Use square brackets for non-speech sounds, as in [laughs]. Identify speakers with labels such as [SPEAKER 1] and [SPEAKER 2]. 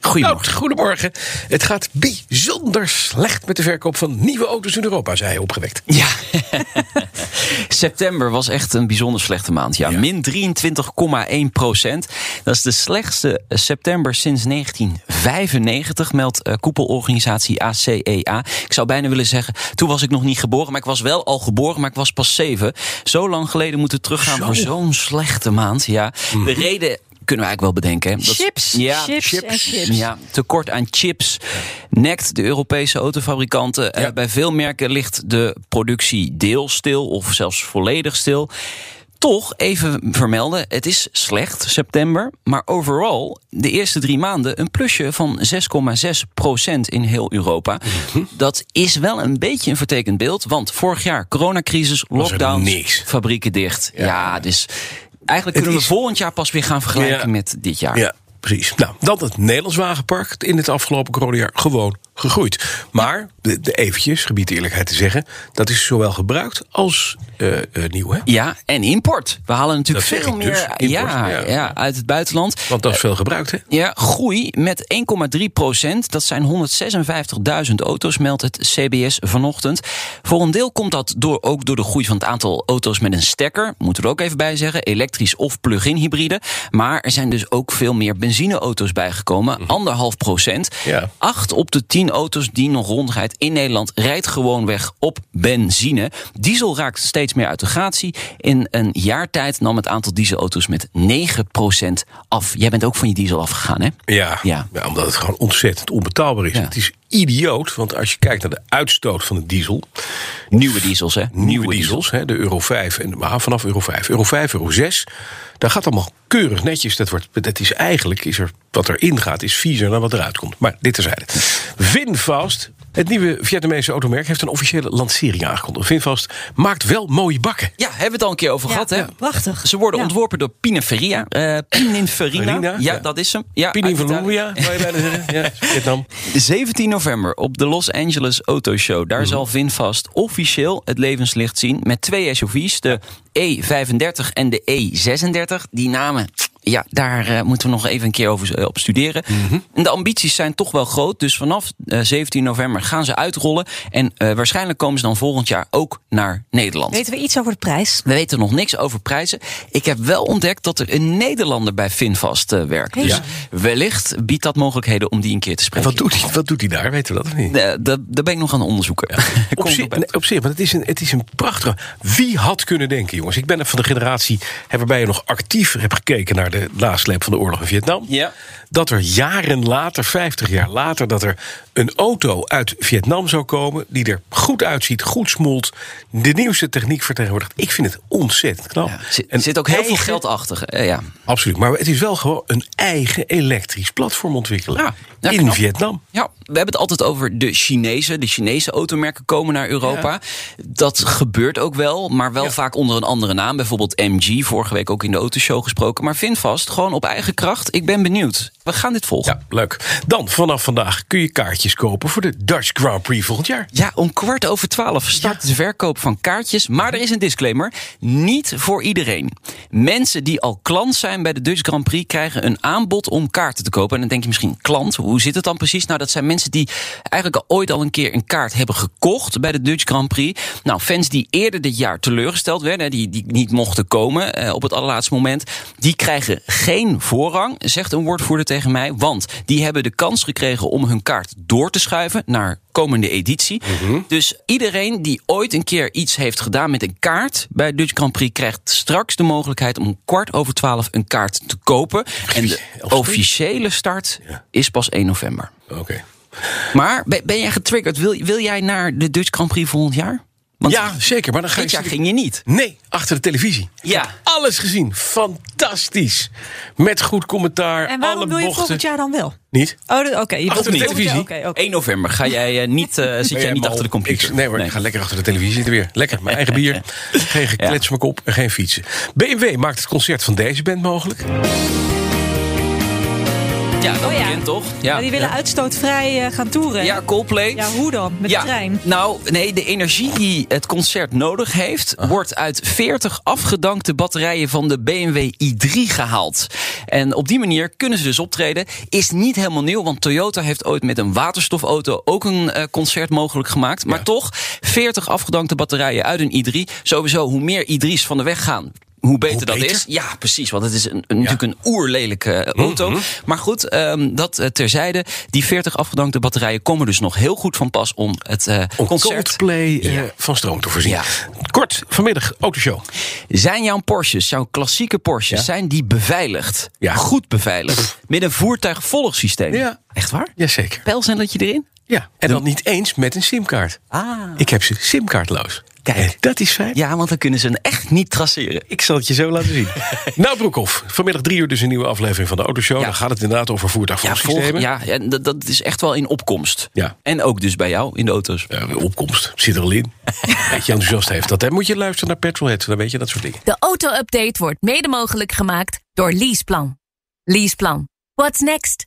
[SPEAKER 1] Goedemorgen. Nou, goedemorgen. Het gaat bijzonder slecht met de verkoop van nieuwe auto's in Europa, zei hij opgewekt.
[SPEAKER 2] Ja. [laughs] September was echt een bijzonder slechte maand. Ja,
[SPEAKER 1] Ja.
[SPEAKER 2] min 23,1 procent. Dat is de slechtste september sinds 1995, meldt eh, koepelorganisatie ACEA. Ik zou bijna willen zeggen, toen was ik nog niet geboren, maar ik was wel al geboren, maar ik was pas zeven. Zo lang geleden moeten we teruggaan
[SPEAKER 1] Zo. Mm.
[SPEAKER 2] voor zo'n slechte maand. Ja. De reden kunnen we eigenlijk wel bedenken. hè. Dat-
[SPEAKER 3] Chips,
[SPEAKER 2] ja,
[SPEAKER 3] chips, en chips.
[SPEAKER 2] ja, tekort aan chips nekt de Europese autofabrikanten. Eh, bij veel merken ligt de productie deels stil of zelfs volledig stil. Toch even vermelden, het is slecht september, maar overal de eerste drie maanden een plusje van 6,6 procent in heel Europa.
[SPEAKER 1] Mhm.
[SPEAKER 2] Dat is wel een beetje een vertekend beeld, want vorig jaar coronacrisis,
[SPEAKER 1] er
[SPEAKER 2] lockdowns,
[SPEAKER 1] niks.
[SPEAKER 2] fabrieken dicht. Ja, dus eigenlijk
[SPEAKER 1] Het
[SPEAKER 2] kunnen
[SPEAKER 1] is-
[SPEAKER 2] we volgend jaar pas weer gaan vergelijken
[SPEAKER 1] Ja.
[SPEAKER 2] met dit jaar.
[SPEAKER 1] Ja, precies. Nou, dan het Nederlands wagenpark in het afgelopen coronajaar gewoon gegroeid. Maar, de, de eventjes, gebied de eerlijkheid te zeggen, dat is zowel gebruikt als eh, eh, nieuw, hè?
[SPEAKER 2] Ja, en import. We halen natuurlijk
[SPEAKER 1] Dat zeg
[SPEAKER 2] veel
[SPEAKER 1] ik
[SPEAKER 2] meer
[SPEAKER 1] dus, import,
[SPEAKER 2] ja,
[SPEAKER 1] ja.
[SPEAKER 2] ja. uit het buitenland.
[SPEAKER 1] Want dat is veel gebruikt, hè?
[SPEAKER 2] Ja, groei met 1,3 procent. Dat zijn 156.000 auto's, meldt het CBS vanochtend. Voor een deel komt dat door, ook door de groei van het aantal auto's met een stekker. Moeten we er ook even bij zeggen. Elektrisch of plug-in hybride. Maar er zijn dus ook veel meer benzineauto's bijgekomen. Anderhalf procent.
[SPEAKER 1] Ja.
[SPEAKER 2] Acht op de tien auto's die nog rondrijdt in Nederland rijdt gewoon weg op benzine. Diesel raakt steeds meer uit de gratie. In een jaar tijd nam het aantal dieselauto's met 9% af. Jij bent ook van je diesel afgegaan, hè?
[SPEAKER 1] Ja, ja.
[SPEAKER 2] Ja.
[SPEAKER 1] omdat het gewoon ontzettend onbetaalbaar is.
[SPEAKER 2] Ja.
[SPEAKER 1] Het is idioot, want als je kijkt naar de uitstoot van de diesel,
[SPEAKER 2] Nieuwe diesels, hè?
[SPEAKER 1] nieuwe, diesels, hè, de euro 5 en maar vanaf euro 5, euro 5, euro 6, daar gaat allemaal keurig netjes. Dat wordt, dat is eigenlijk is er wat erin gaat is viezer dan wat eruit komt. Maar dit terzijde. Vinfast, het nieuwe Vietnamese automerk, heeft een officiële lancering aangekondigd. Vinfast maakt wel mooie bakken.
[SPEAKER 2] Ja, hebben we het al een keer over
[SPEAKER 3] Ja,
[SPEAKER 2] gehad, hè?
[SPEAKER 3] ja, prachtig.
[SPEAKER 2] Ze worden
[SPEAKER 3] Ja.
[SPEAKER 2] ontworpen door Pininfarina. Eh Pininfarina,
[SPEAKER 1] Farina,
[SPEAKER 2] ja,
[SPEAKER 1] ja.
[SPEAKER 2] dat is hem. Ja,
[SPEAKER 1] Pini
[SPEAKER 2] uit
[SPEAKER 1] van
[SPEAKER 2] Italië.
[SPEAKER 1] Lumbia, zou je bijna zeggen. Ja, [laughs] Vietnam.
[SPEAKER 2] 17 november op de Los Angeles Auto Show.
[SPEAKER 1] Mhm.
[SPEAKER 2] Daar zal Vinfast officieel het levenslicht zien met twee SUV's, de E35 en de E36. Die namen, ja, daar eh, moeten we nog even een keer over eh, op studeren.
[SPEAKER 1] Mhm.
[SPEAKER 2] En de ambities zijn toch wel groot, dus vanaf eh, 17 november gaan ze uitrollen en eh, waarschijnlijk komen ze dan volgend jaar ook naar Nederland.
[SPEAKER 3] Weten we iets over de prijs?
[SPEAKER 2] We weten nog niks over prijzen. Ik heb wel ontdekt dat er een Nederlander bij Finvast eh, werkt. Dus wellicht biedt dat mogelijkheden om die een keer te
[SPEAKER 1] En
[SPEAKER 2] spreken.
[SPEAKER 1] wat doet, hij, wat doet hij daar? Weten we dat of niet?
[SPEAKER 2] Eh, dat, dat ben ik nog aan het onderzoeken. [laughs] Ik kom
[SPEAKER 1] Op zich,
[SPEAKER 2] erop uit.
[SPEAKER 1] nee, op zich, want het is, een, het is een prachtige. Wie had kunnen denken, jongens? Ik ben er van de generatie hè, waarbij je nog actief hebt gekeken naar de nasleep van de oorlog in Vietnam.
[SPEAKER 2] Ja.
[SPEAKER 1] Dat er jaren later, 50 jaar later, dat er een auto uit Vietnam zou komen. die er goed uitziet, goed smolt. de nieuwste techniek vertegenwoordigt. Ik vind het ontzettend knap.
[SPEAKER 2] Ja, er zit,
[SPEAKER 1] Een
[SPEAKER 2] zit ook heel
[SPEAKER 1] eigen-
[SPEAKER 2] veel geld achter. Eh, ja.
[SPEAKER 1] Absoluut. Maar het is wel gewoon een eigen elektrisch platform ontwikkelen.
[SPEAKER 2] Ja, ja,
[SPEAKER 1] in
[SPEAKER 2] knap.
[SPEAKER 1] Vietnam.
[SPEAKER 2] ja, we hebben het altijd over de Chinezen. De Chinese automerken komen naar Europa. Dat gebeurt ook wel, maar wel vaak onder een andere naam. Bijvoorbeeld MG, vorige week ook in de autoshow gesproken. Maar Finvast, gewoon op eigen kracht. Ik ben benieuwd. We gaan dit volgen.
[SPEAKER 1] Ja, leuk. Dan vanaf vandaag kun je kaartjes kopen voor de Dutch Grand Prix volgend jaar.
[SPEAKER 2] Ja, om kwart over twaalf start de verkoop van kaartjes. Maar er is een disclaimer. Niet voor iedereen. Mensen die al klant zijn bij de Dutch Grand Prix... krijgen een aanbod om kaarten te kopen. En dan denk je misschien, klant, hoe zit het dan precies? Nou, dat zijn mensen die eigenlijk al ooit al een keer een kaart hebben gekocht... bij de Dutch Grand Prix. Nou, fans die eerder dit jaar teleurgesteld werden... hè, die, die niet mochten komen eh, op het allerlaatste moment... die krijgen geen voorrang, zegt een woordvoerder tegen mij. Want die hebben de kans gekregen om hun kaart door te schuiven... naar komende editie.
[SPEAKER 1] Mhm.
[SPEAKER 2] Dus iedereen die ooit een keer iets heeft gedaan met een kaart bij Dutch Grand Prix krijgt straks de mogelijkheid om kwart over twaalf een kaart te kopen. En de
[SPEAKER 1] elf
[SPEAKER 2] officiële start is pas 1 november.
[SPEAKER 1] Oké.
[SPEAKER 2] Maar ben, ben jij getriggerd? Wil, wil jij naar de Dutch Grand Prix volgend jaar? Want
[SPEAKER 1] ja, zeker. Maar dan ga
[SPEAKER 2] dit jaar
[SPEAKER 1] zitten-
[SPEAKER 2] ging je niet.
[SPEAKER 1] Nee, achter de televisie.
[SPEAKER 2] Ja.
[SPEAKER 1] Ik heb alles gezien. Fantastisch. Met goed commentaar.
[SPEAKER 3] En waarom
[SPEAKER 1] alle
[SPEAKER 3] wil je
[SPEAKER 1] bochten.
[SPEAKER 3] volgend jaar dan wel?
[SPEAKER 1] Niet?
[SPEAKER 3] Oh, dat- oké. je
[SPEAKER 1] Achter
[SPEAKER 3] wilt
[SPEAKER 1] de
[SPEAKER 3] volgend jaar-
[SPEAKER 1] televisie.
[SPEAKER 3] Oké, oké.
[SPEAKER 2] 1 november ga jij, eh, niet, eh, zit jij niet
[SPEAKER 1] maar
[SPEAKER 2] achter de
[SPEAKER 1] op-
[SPEAKER 2] computer.
[SPEAKER 1] ik- nee hoor, ik ga lekker achter de televisie zitten weer. Lekker, mijn eigen
[SPEAKER 2] [laughs]
[SPEAKER 1] bier. Geen geklets op mijn kop en geen fietsen. BMW maakt het concert van deze band mogelijk.
[SPEAKER 2] Ja, dat
[SPEAKER 3] Oh ja.
[SPEAKER 2] bekend toch?
[SPEAKER 3] Maar die willen uitstootvrij eh, gaan toeren.
[SPEAKER 2] Ja, Coldplay.
[SPEAKER 3] Ja, hoe dan? Met de trein?
[SPEAKER 2] Nou, nee, de energie die het concert nodig heeft, wordt uit 40 afgedankte batterijen van de BMW i3 gehaald. En op die manier kunnen ze dus optreden. Is niet helemaal nieuw, want Toyota heeft ooit met een waterstofauto ook een eh, concert mogelijk gemaakt. Maar toch, 40 afgedankte batterijen uit een i3. Sowieso, hoe meer i3's van de weg gaan. Hoe beter
[SPEAKER 1] Hoe
[SPEAKER 2] dat
[SPEAKER 1] beter? Mhm,
[SPEAKER 2] is. Ja, precies. Want het is een, een- natuurlijk een oerlelijke eh, auto. Maar goed, ehm, dat eh, terzijde. Die 40 afgedankte batterijen komen dus nog heel goed van pas om het eh,
[SPEAKER 1] Om
[SPEAKER 2] concert.
[SPEAKER 1] Coldplay eh, van stroom te voorzien.
[SPEAKER 2] Ja.
[SPEAKER 1] Kort, vanmiddag, autoshow.
[SPEAKER 2] Zijn jouw Porsches, jouw klassieke Porsches,
[SPEAKER 1] Ja.
[SPEAKER 2] zijn die beveiligd?
[SPEAKER 1] Ja.
[SPEAKER 2] Goed beveiligd. Met een voertuigvolgsysteem.
[SPEAKER 1] Ja.
[SPEAKER 2] Echt waar?
[SPEAKER 1] Jazeker.
[SPEAKER 2] Pijlzendertje erin?
[SPEAKER 1] Ja. En dan niet eens met een simkaart.
[SPEAKER 2] Ah.
[SPEAKER 1] Ik heb ze simkaartloos.
[SPEAKER 2] Kijk.
[SPEAKER 1] En dat is fijn.
[SPEAKER 2] Ja, want dan kunnen ze hem echt niet traceren.
[SPEAKER 1] Ik zal het je zo laten zien. nou, Broekhoff, vanmiddag drie uur dus een nieuwe aflevering van de Autoshow.
[SPEAKER 2] Ja.
[SPEAKER 1] Dan gaat het inderdaad over
[SPEAKER 2] [laughs] Ja, volg,
[SPEAKER 1] voertuigvolgsystemen.
[SPEAKER 2] ja en dat, dat is echt wel in opkomst.
[SPEAKER 1] Ja.
[SPEAKER 2] En ook dus bij jou in de auto's.
[SPEAKER 1] Eh, opkomst, zit er al [laughs] in. Een beetje enthousiast heeft dat. Hè? Moet je luisteren naar Petrolhead, dan weet je dat soort dingen.
[SPEAKER 4] De auto-update wordt mede mogelijk gemaakt door Leaseplan. Leaseplan. What's next?